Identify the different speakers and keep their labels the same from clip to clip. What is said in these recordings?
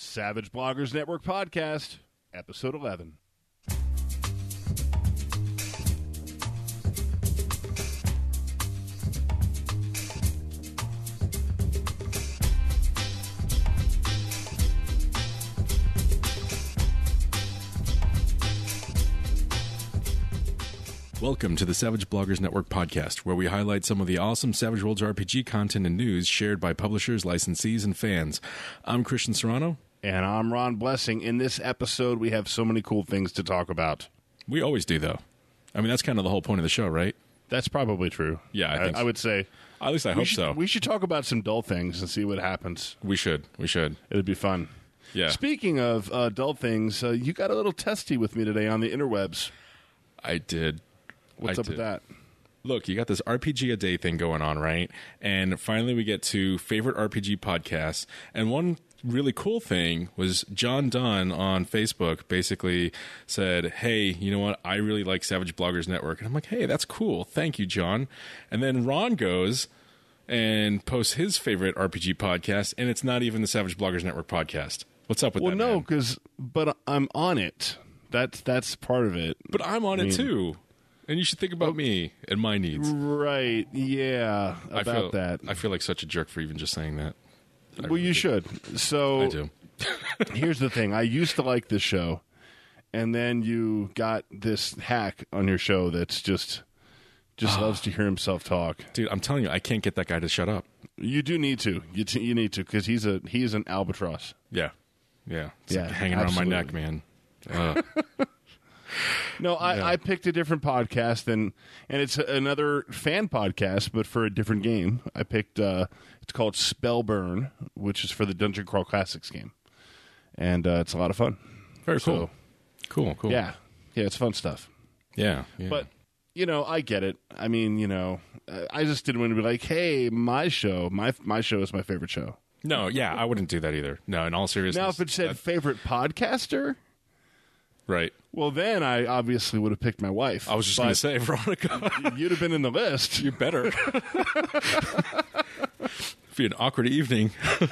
Speaker 1: Savage Bloggers Network podcast, episode 11.
Speaker 2: Welcome to the Savage Bloggers Network podcast, where we highlight some of the awesome Savage Worlds RPG content and news shared by publishers, licensees, and fans. I'm Christian Serrano.
Speaker 1: And I'm Ron Blessing. In this episode, we have so many cool things to talk about.
Speaker 2: We always do, though. I mean, that's kind of the whole point of the show, right?
Speaker 1: That's probably true.
Speaker 2: Yeah, I think so.
Speaker 1: would say.
Speaker 2: At least I
Speaker 1: we
Speaker 2: hope
Speaker 1: should,
Speaker 2: so.
Speaker 1: We should talk about some dull things and see what happens.
Speaker 2: We should. We should.
Speaker 1: It would be fun.
Speaker 2: Yeah.
Speaker 1: Speaking of uh, dull things, uh, you got a little testy with me today on the interwebs.
Speaker 2: I did.
Speaker 1: What's
Speaker 2: I
Speaker 1: up with
Speaker 2: did.
Speaker 1: that?
Speaker 2: Look, you got this RPG a day thing going on, right? And finally, we get to favorite RPG podcasts. And one really cool thing was John Dunn on Facebook basically said, Hey, you know what? I really like Savage Bloggers Network. And I'm like, Hey, that's cool. Thank you, John. And then Ron goes and posts his favorite RPG podcast, and it's not even the Savage Bloggers Network podcast. What's up with
Speaker 1: Well,
Speaker 2: that?
Speaker 1: no,
Speaker 2: man?
Speaker 1: because but I'm on it. That's that's part of it.
Speaker 2: But I'm on it
Speaker 1: mean- oh,
Speaker 2: too. And you should think about me and my needs.
Speaker 1: Right? Yeah.
Speaker 2: I
Speaker 1: About
Speaker 2: feel,
Speaker 1: that.
Speaker 2: I feel like such a jerk for even just saying that. I
Speaker 1: well, you
Speaker 2: really do.
Speaker 1: should. So
Speaker 2: I do.
Speaker 1: here's the thing: I used to like this show, and then you got this hack on your show that's just just loves to hear himself talk.
Speaker 2: Dude, I'm telling you, I can't get that guy to shut up.
Speaker 1: You do need to. You t- you need to because he's a he's an albatross.
Speaker 2: Yeah. Yeah. It's
Speaker 1: Yeah,
Speaker 2: like hanging around my
Speaker 1: absolutely.
Speaker 2: neck, man. Uh,
Speaker 1: No, I, I picked a different podcast and and it's another fan podcast, but for a different game. I picked uh, it's called Spellburn, which is for the Dungeon Crawl Classics game, and uh, it's a lot of fun.
Speaker 2: very cool.
Speaker 1: So-
Speaker 2: cool, cool.
Speaker 1: Yeah, yeah, it's fun stuff.
Speaker 2: Yeah. yeah.
Speaker 1: But you know, I get it. I mean, you know, I I just didn't want to be like, hey, my show, my my show is my favorite show.
Speaker 2: no, yeah, I wouldn't do that either. No, in all seriousness.
Speaker 1: Now, if it said
Speaker 2: that-
Speaker 1: favorite podcaster,
Speaker 2: right.
Speaker 1: well, then I obviously would have picked my wife.
Speaker 2: I was just going to say, Veronica,
Speaker 1: say you'd have been in the list.
Speaker 2: you better. be an awkward evening.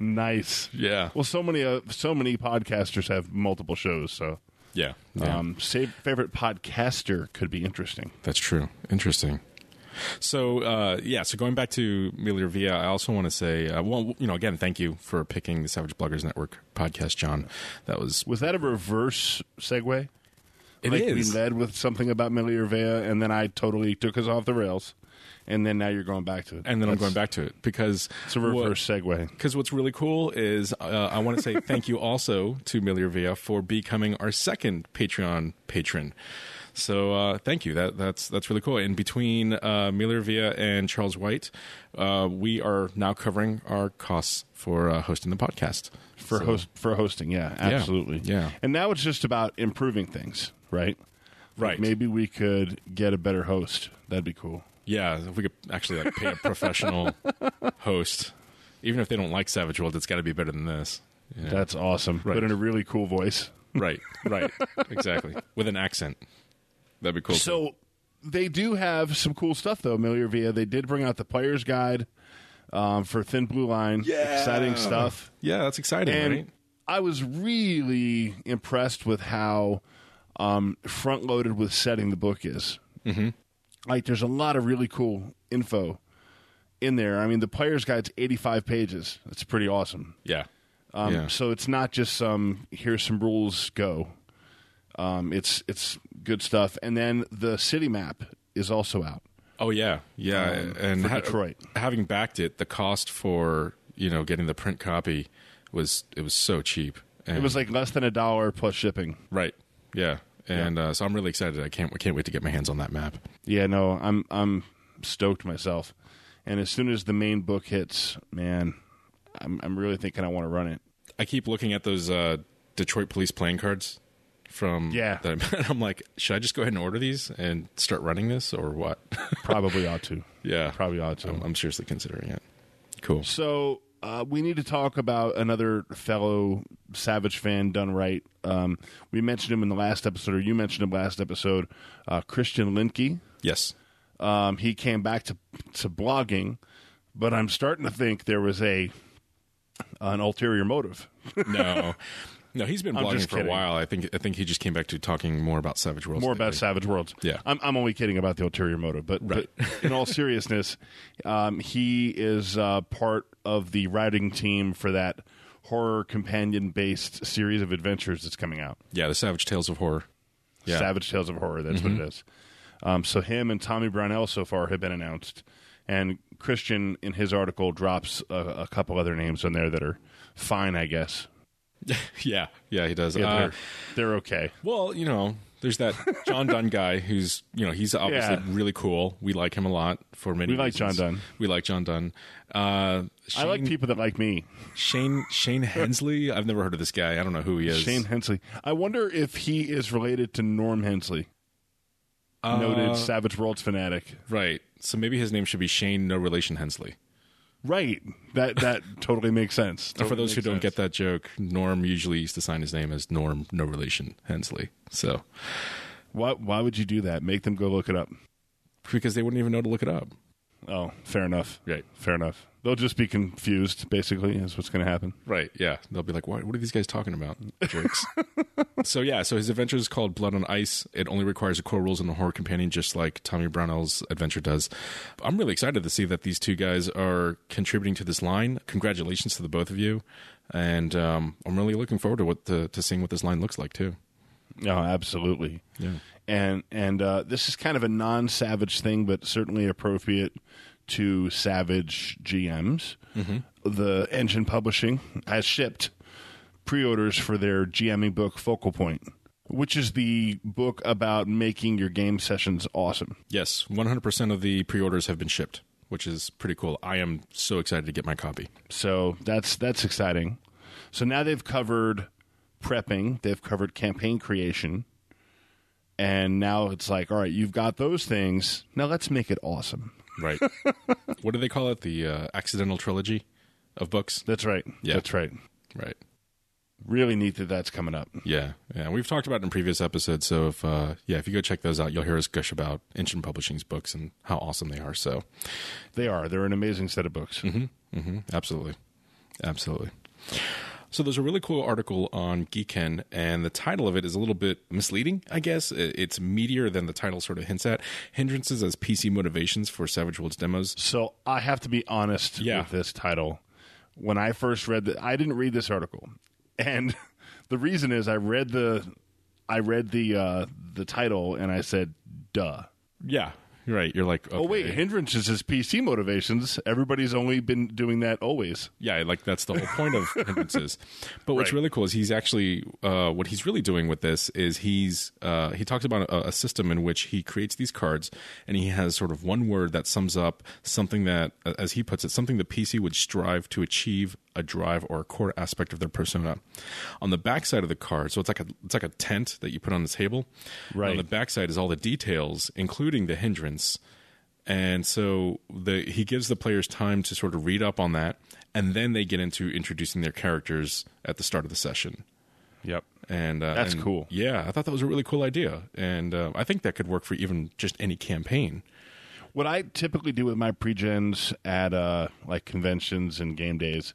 Speaker 1: Nice.
Speaker 2: Yeah.
Speaker 1: Well, so many uh, so many podcasters have multiple shows, so
Speaker 2: yeah. yeah.
Speaker 1: um, save, favorite podcaster could be interesting.
Speaker 2: That's true. Interesting. So uh, yeah, so going back to Melia Villa, I also want to say, uh, well, you know, again, thank you for picking the Savage Bloggers Network podcast, John. That was
Speaker 1: Was that a reverse segue?
Speaker 2: it
Speaker 1: like
Speaker 2: is.
Speaker 1: we led with something about Miliarvea, and then I totally took us off the rails, and then now you're going back to it.
Speaker 2: and then I'm going back to it because
Speaker 1: It's a reverse segue.
Speaker 2: Because what's really cool is uh, I want to say thank you also to Miller Villa for becoming our second Patreon patron. So uh, thank you. That that's that's really cool. And between uh, Miller Villa and Charles White, uh, we are now covering our costs for uh, hosting the podcast.
Speaker 1: for
Speaker 2: So-
Speaker 1: host for hosting. Yeah, absolutely.
Speaker 2: yeah.
Speaker 1: And now it's just about improving things, right?
Speaker 2: Right.
Speaker 1: Maybe we could get a better host. That'd be cool.
Speaker 2: Yeah, if we could actually like pay a professional host, even if they don't like Savage World, it's got to be better than this. Yeah.
Speaker 1: That's awesome.
Speaker 2: Right.
Speaker 1: But in a really cool voice.
Speaker 2: right, right, exactly. With an accent, that'd be cool. too.
Speaker 1: So they do have some cool stuff though, Miller Villa. They did bring out the player's guide um, for Thin Blue Line.
Speaker 2: Yeah.
Speaker 1: Exciting stuff.
Speaker 2: Yeah, that's exciting,
Speaker 1: And
Speaker 2: right?
Speaker 1: I was really impressed with how um, front loaded with setting the book is. Mm-hmm. Like, there's a lot of really cool info in there. I mean, the player's guide's 85 pages. That's pretty awesome.
Speaker 2: Yeah.
Speaker 1: Um,
Speaker 2: yeah.
Speaker 1: So it's not just some here's some rules go. Um, it's it's good stuff. And then the city map is also out.
Speaker 2: Oh yeah, yeah.
Speaker 1: Um,
Speaker 2: and
Speaker 1: for Detroit.
Speaker 2: having backed it, the cost for you know getting the print copy was it was so cheap. And,
Speaker 1: It was like less than a dollar plus shipping.
Speaker 2: right, yeah. And Uh, so I'm really excited. I can't I can't wait to get my hands on that map.
Speaker 1: Yeah, no, I'm I'm stoked myself. And as soon as the main book hits, man, I'm I'm really thinking I want to run it.
Speaker 2: I keep looking at those uh, Detroit police playing cards from
Speaker 1: Yeah.
Speaker 2: That I'm, I'm like, should I just go ahead and order these and start running this or what?
Speaker 1: Probably ought to.
Speaker 2: yeah,
Speaker 1: Probably ought to.
Speaker 2: I'm, I'm seriously considering it. Cool.
Speaker 1: So uh, we need to talk about another fellow Savage fan done right. Um, we mentioned him in the last episode, or you mentioned him last episode, uh, Christian Linke.
Speaker 2: Yes.
Speaker 1: Um, he came back to to blogging, but I'm starting to think there was a an ulterior motive.
Speaker 2: No. No, he's been
Speaker 1: I'm
Speaker 2: blogging
Speaker 1: just
Speaker 2: for a
Speaker 1: kidding.
Speaker 2: while. I think I think he just came back to talking more about Savage Worlds.
Speaker 1: More about
Speaker 2: lately.
Speaker 1: Savage Worlds.
Speaker 2: Yeah.
Speaker 1: I'm, I'm only kidding about the ulterior motive, but, but in all seriousness, um, he is uh, part of the writing team for that horror companion based series of adventures that's coming out.
Speaker 2: Yeah, the Savage Tales of Horror. Yeah. Mm-hmm.
Speaker 1: Savage Tales of Horror. That's what it is. Um, so him and Tommy Brownell so far have been announced, and Christian in his article drops a, a couple other names on there that are fine, I guess.
Speaker 2: Yeah, yeah, he does.
Speaker 1: Yeah,
Speaker 2: Uh,
Speaker 1: they're, they're okay.
Speaker 2: well, you know, there's that John Dunn guy who's you know he's obviously
Speaker 1: Yeah.
Speaker 2: really cool. We like him a lot for many.
Speaker 1: We like
Speaker 2: reasons.
Speaker 1: John Dunn.
Speaker 2: We like John Dunn. Uh, Shane,
Speaker 1: I like people that like me.
Speaker 2: Shane Shane Hensley. I've never heard of this guy. I don't know who he is.
Speaker 1: Shane Hensley. I wonder if he is related to Norm Hensley,
Speaker 2: Uh,
Speaker 1: noted Savage Worlds fanatic.
Speaker 2: Right. So maybe his name should be Shane, no relation Hensley.
Speaker 1: Right. That that totally makes sense.
Speaker 2: For those who don't get that joke, Norm usually used to sign his name as Norm, no relation Hensley. So
Speaker 1: why why would you do that? Make them go look it up.
Speaker 2: because they wouldn't even know to look it up.
Speaker 1: Oh, fair enough.
Speaker 2: Right.
Speaker 1: Fair enough. They'll just be confused. Basically, is what's going to happen.
Speaker 2: Right. Yeah. They'll be like, what, what are these guys talking about? Jerks. so, yeah. So his adventure is called Blood on Ice. It only requires the core rules and a horror companion, just like Tommy Brownell's adventure does. I'm really excited to see that these two guys are contributing to this line. Congratulations to the both of you. And um, I'm really looking forward to what to, to seeing what this line looks like, too.
Speaker 1: No, Oh, absolutely.
Speaker 2: Yeah.
Speaker 1: And and uh, this is kind of a non-savage thing, but certainly appropriate to savage GMs. The Engine Publishing has shipped pre-orders for their GMing book Focal Point, which is the book about making your game sessions awesome.
Speaker 2: Yes. 100% of the pre orders have been shipped, which is pretty cool. I am so excited to get my copy.
Speaker 1: So that's that's exciting. So now they've covered prepping, they've covered campaign creation, and now it's like, all right, you've got those things. Now let's make it awesome.
Speaker 2: Right. what do they call it? The uh, accidental trilogy of books?
Speaker 1: That's right.
Speaker 2: Yeah.
Speaker 1: That's right.
Speaker 2: Right.
Speaker 1: Really neat that that's coming up.
Speaker 2: Yeah, yeah, we've talked about it in previous episodes. So if uh, yeah, if you go check those out, you'll hear us gush about Inchin Publishing's books and how awesome they are. So,
Speaker 1: They are. They're an amazing set of books.
Speaker 2: hmm absolutely, absolutely. So there's a really cool article on Geekend, and the title of it is a little bit misleading, I guess. I- It's meatier than the title sort of hints at. Hindrances as PC motivations for Savage Worlds demos.
Speaker 1: So I have to be honest
Speaker 2: Yeah.
Speaker 1: with this title. When I first read the I didn't read this article. And the reason is I read the I read the uh the title and I said, duh.
Speaker 2: Yeah, you're right. You're like,
Speaker 1: Oh wait, hindrances is PC motivations. Everybody's only been doing that always.
Speaker 2: Yeah, like that's the whole point of hindrances. But what's
Speaker 1: Right.
Speaker 2: really cool is he's actually uh, what he's really doing with this is he's uh, he talks about a, a system in which he creates these cards and he has sort of one word that sums up something that, uh, as he puts it, something the PC would strive to achieve, a drive or a core aspect of their persona. On the backside of the card, so it's like a it's like a tent that you put on the table. And On
Speaker 1: Right.
Speaker 2: the backside is all the details, including the hindrance. And so the he gives the players time to sort of read up on that, and then they get into introducing their characters at the start of the session.
Speaker 1: Yep.
Speaker 2: And uh,
Speaker 1: That's
Speaker 2: and-
Speaker 1: cool.
Speaker 2: Yeah, I thought that was a really cool idea, and uh, I think that could work for even just any campaign.
Speaker 1: What I typically do with my pre-gens at uh, like conventions and game days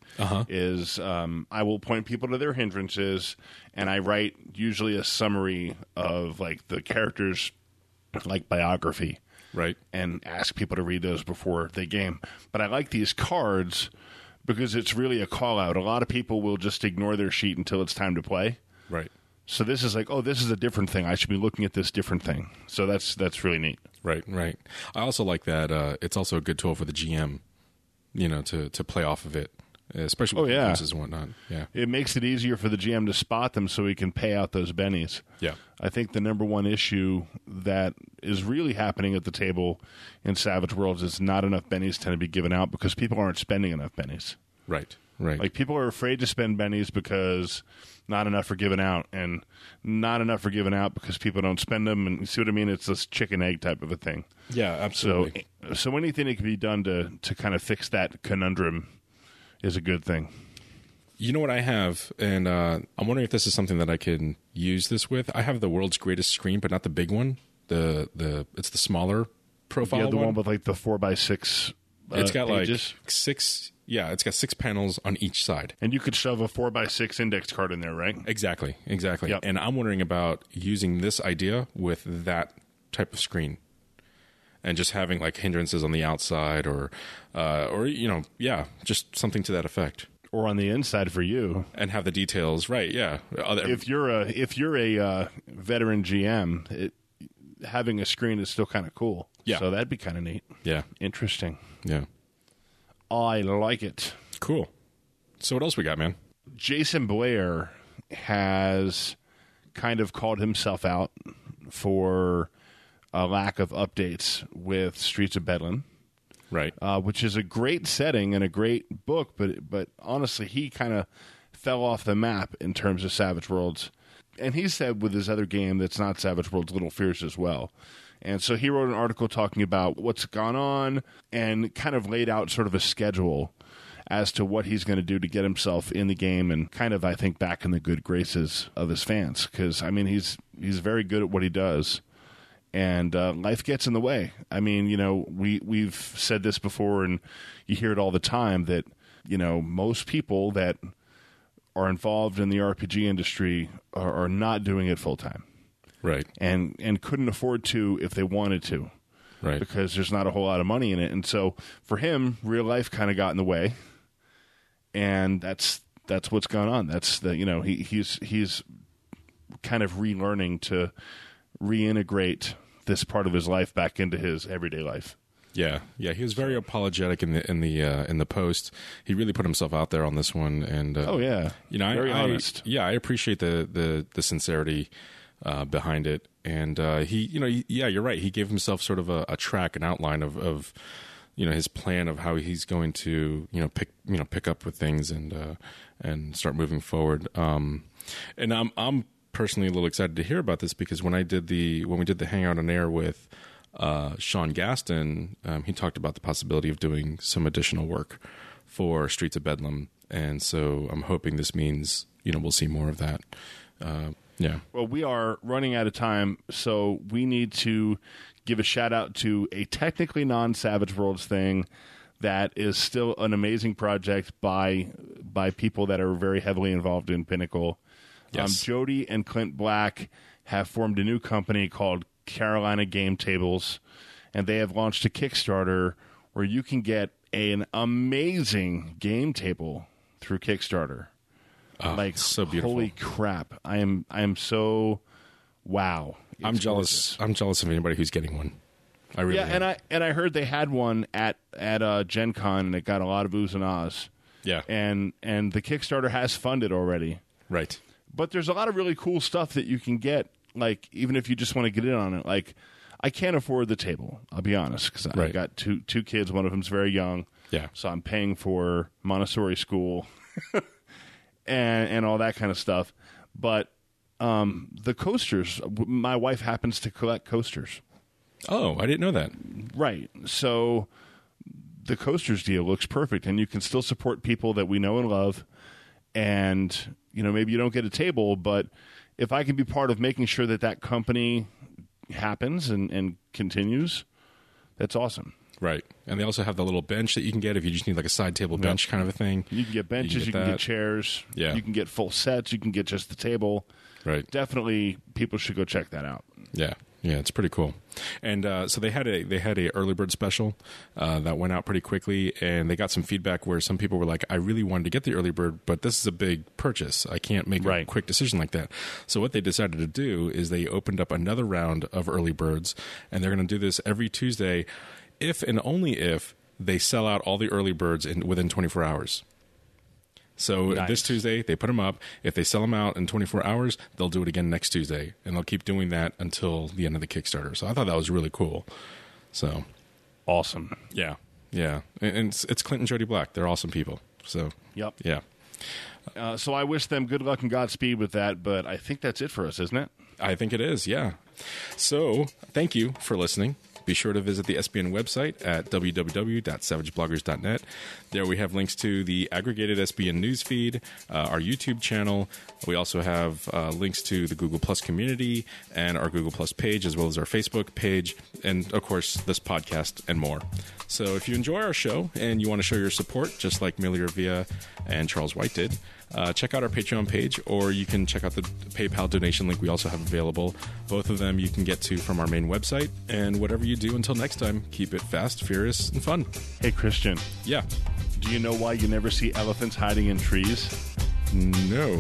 Speaker 1: is um, I will point people to their hindrances, and I write usually a summary of like the character's like biography,
Speaker 2: Right.
Speaker 1: and ask people to read those before they game. But I like these cards because it's really a call out. A lot of people will just ignore their sheet until it's time to play.
Speaker 2: Right.
Speaker 1: So this is like, oh, this is a different thing. I should be looking at this different thing. So that's that's really neat.
Speaker 2: Right, right. I also like that uh, it's also a good tool for the GM, you know, to to play off of it, especially with
Speaker 1: Oh, yeah.
Speaker 2: differences and whatnot. Yeah,
Speaker 1: It makes it easier for the GM to spot them so he can pay out those bennies.
Speaker 2: yeah,
Speaker 1: I think the number one issue that is really happening at the table in Savage Worlds is not enough bennies tend to be given out because people aren't spending enough bennies.
Speaker 2: right, right.
Speaker 1: Like people are afraid to spend bennies because not enough are given out, and not enough are given out because people don't spend them. And you see what I mean? It's this chicken egg type of a thing.
Speaker 2: yeah,
Speaker 1: So, so anything that can be done to to kind of fix that conundrum is a good thing.
Speaker 2: You know what I have, and uh, I'm wondering if this is something that I can use this with. I have the world's greatest screen, but not the big one. The the it's the smaller profile
Speaker 1: yeah, the one, with like the four by six. Uh,
Speaker 2: it's got
Speaker 1: pages.
Speaker 2: like six yeah, it's got six panels on each side.
Speaker 1: And you could shove a four by six index card in there, right?
Speaker 2: Exactly, exactly.
Speaker 1: Yep.
Speaker 2: And I'm wondering about using this idea with that type of screen, and just having like hindrances on the outside, or, uh, or you know, yeah, just something to that effect,
Speaker 1: Or on the inside for you.
Speaker 2: and have the details right. Yeah, Other-
Speaker 1: If you're a if you're a uh, veteran GM, it, having a screen is still kind of cool.
Speaker 2: Yeah.
Speaker 1: So that'd be kind of neat.
Speaker 2: yeah,
Speaker 1: Interesting.
Speaker 2: yeah.
Speaker 1: I like it.
Speaker 2: Cool. So what else we got, man?
Speaker 1: Jason Blair has kind of called himself out for a lack of updates with Streets of Bedlam,
Speaker 2: Right.
Speaker 1: uh, which is a great setting and a great book, but but honestly, he kind of fell off the map in terms of Savage Worlds. And he said with his other game that's not Savage Worlds, Little Fears as well. And so he wrote an article talking about what's gone on and kind of laid out sort of a schedule as to what he's going to do to get himself in the game and kind of I think back in the good graces of his fans because I mean he's he's very good at what he does and uh, life gets in the way. I mean you know we we've said this before and you hear it all the time that you know most people that are involved in the RPG industry are, are not doing it full time
Speaker 2: Right.
Speaker 1: and and couldn't afford to if they wanted to
Speaker 2: Right.
Speaker 1: because there's not a whole lot of money in it. And so for him, real life kind of got in the way, and that's that's what's gone on. That's the you know he he's he's kind of relearning to reintegrate this part of his life back into his everyday life.
Speaker 2: Yeah. Yeah. He was very apologetic in the in the uh, in the post. He really put himself out there on this one. And uh,
Speaker 1: Oh yeah,
Speaker 2: you know, I-
Speaker 1: very
Speaker 2: I,
Speaker 1: honest.
Speaker 2: yeah, I appreciate the the the sincerity uh, behind it. And uh, he, you know, he- yeah, you're right. He gave himself sort of a, a track, an outline of of you know his plan of how he's going to you know pick you know pick up with things and uh, and start moving forward. Um, and I'm I'm personally a little excited to hear about this because when I did the when we did the hangout on air with uh, Sean Gaston, um, he talked about the possibility of doing some additional work for Streets of Bedlam, and so I'm hoping this means you know we'll see more of that. Uh, yeah,
Speaker 1: Well, we are running out of time, so we need to give a shout out to a technically non Savage Worlds thing that is still an amazing project by by people that are very heavily involved in Pinnacle.
Speaker 2: Yes.
Speaker 1: Um, Jody and Clint Black have formed a new company called Carolina Game Tables, and they have launched a Kickstarter where you can get an amazing game table through Kickstarter like
Speaker 2: it's Ah, so beautiful.
Speaker 1: Holy crap! I am I am so wow.
Speaker 2: I'm
Speaker 1: It's
Speaker 2: jealous. I'm jealous of anybody who's getting one. I really
Speaker 1: gorgeous. Yeah,
Speaker 2: am.
Speaker 1: and I and I heard they had one at at uh, Gen Con and it got a lot of oohs and ahs.
Speaker 2: yeah,
Speaker 1: And and the Kickstarter has funded already,
Speaker 2: right.
Speaker 1: but there's a lot of really cool stuff that you can get. Like even if you just want to get in on it, like I can't afford the table. I'll be honest because I
Speaker 2: Right.
Speaker 1: got two two kids. One of them's very young.
Speaker 2: Yeah,
Speaker 1: So I'm paying for Montessori school and and all that kind of stuff. But um, the coasters, w- my wife happens to collect coasters.
Speaker 2: Oh, I didn't know that.
Speaker 1: Right. So the coasters deal looks perfect, and you can still support people that we know and love. And you know, maybe you don't get a table, but if I can be part of making sure that that company happens and, and continues, that's awesome.
Speaker 2: Right. And they also have the little bench that you can get if you just need like a side table bench kind of a thing.
Speaker 1: You can get benches, you
Speaker 2: get
Speaker 1: can get,
Speaker 2: that.
Speaker 1: chairs,
Speaker 2: Yeah.
Speaker 1: you can get full sets, you can get just the table.
Speaker 2: Right.
Speaker 1: Definitely, people should go check that out.
Speaker 2: Yeah, yeah, it's pretty cool. And uh, so they had a they had a early bird special uh, that went out pretty quickly, and they got some feedback where some people were like, "I really wanted to get the early bird, but this is a big purchase. I can't make a
Speaker 1: Right.
Speaker 2: quick decision like that." So what they decided to do is they opened up another round of early birds, and they're going to do this every Tuesday, if and only if they sell out all the early birds in within 24 hours. So uh, this Tuesday they put them up. If they sell them out in 24 hours, they'll do it again next Tuesday, and they'll keep doing that until the end of the Kickstarter. So I thought that was really cool. So
Speaker 1: Awesome.
Speaker 2: yeah, yeah, and, and it's, it's Clint and Jody Black. They're awesome people. So
Speaker 1: Yep.
Speaker 2: yeah,
Speaker 1: Uh, so I wish them good luck and Godspeed with that. But I think that's it for us, isn't it?
Speaker 2: I think it is. Yeah. So thank you for listening. Be sure to visit the SBN website at www.savagebloggers.net. There we have links to the aggregated SBN newsfeed, uh, our YouTube channel. We also have uh, links to the Google Plus community and our Google Plus page, as well as our Facebook page, and of course, this podcast and more. So if you enjoy our show and you want to show your support, just like Millie Via and Charles White did, uh, check out our Patreon page, or you can check out the PayPal donation link we also have available. Both of them you can get to from our main website. And whatever you do until next time, keep it fast, furious, and fun.
Speaker 1: Hey, Christian,
Speaker 2: Yeah.
Speaker 1: do you know why you never see elephants hiding in trees?
Speaker 2: No.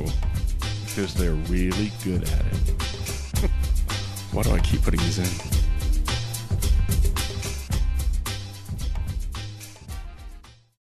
Speaker 1: Because they're really good at it.
Speaker 2: Why do I keep putting these in?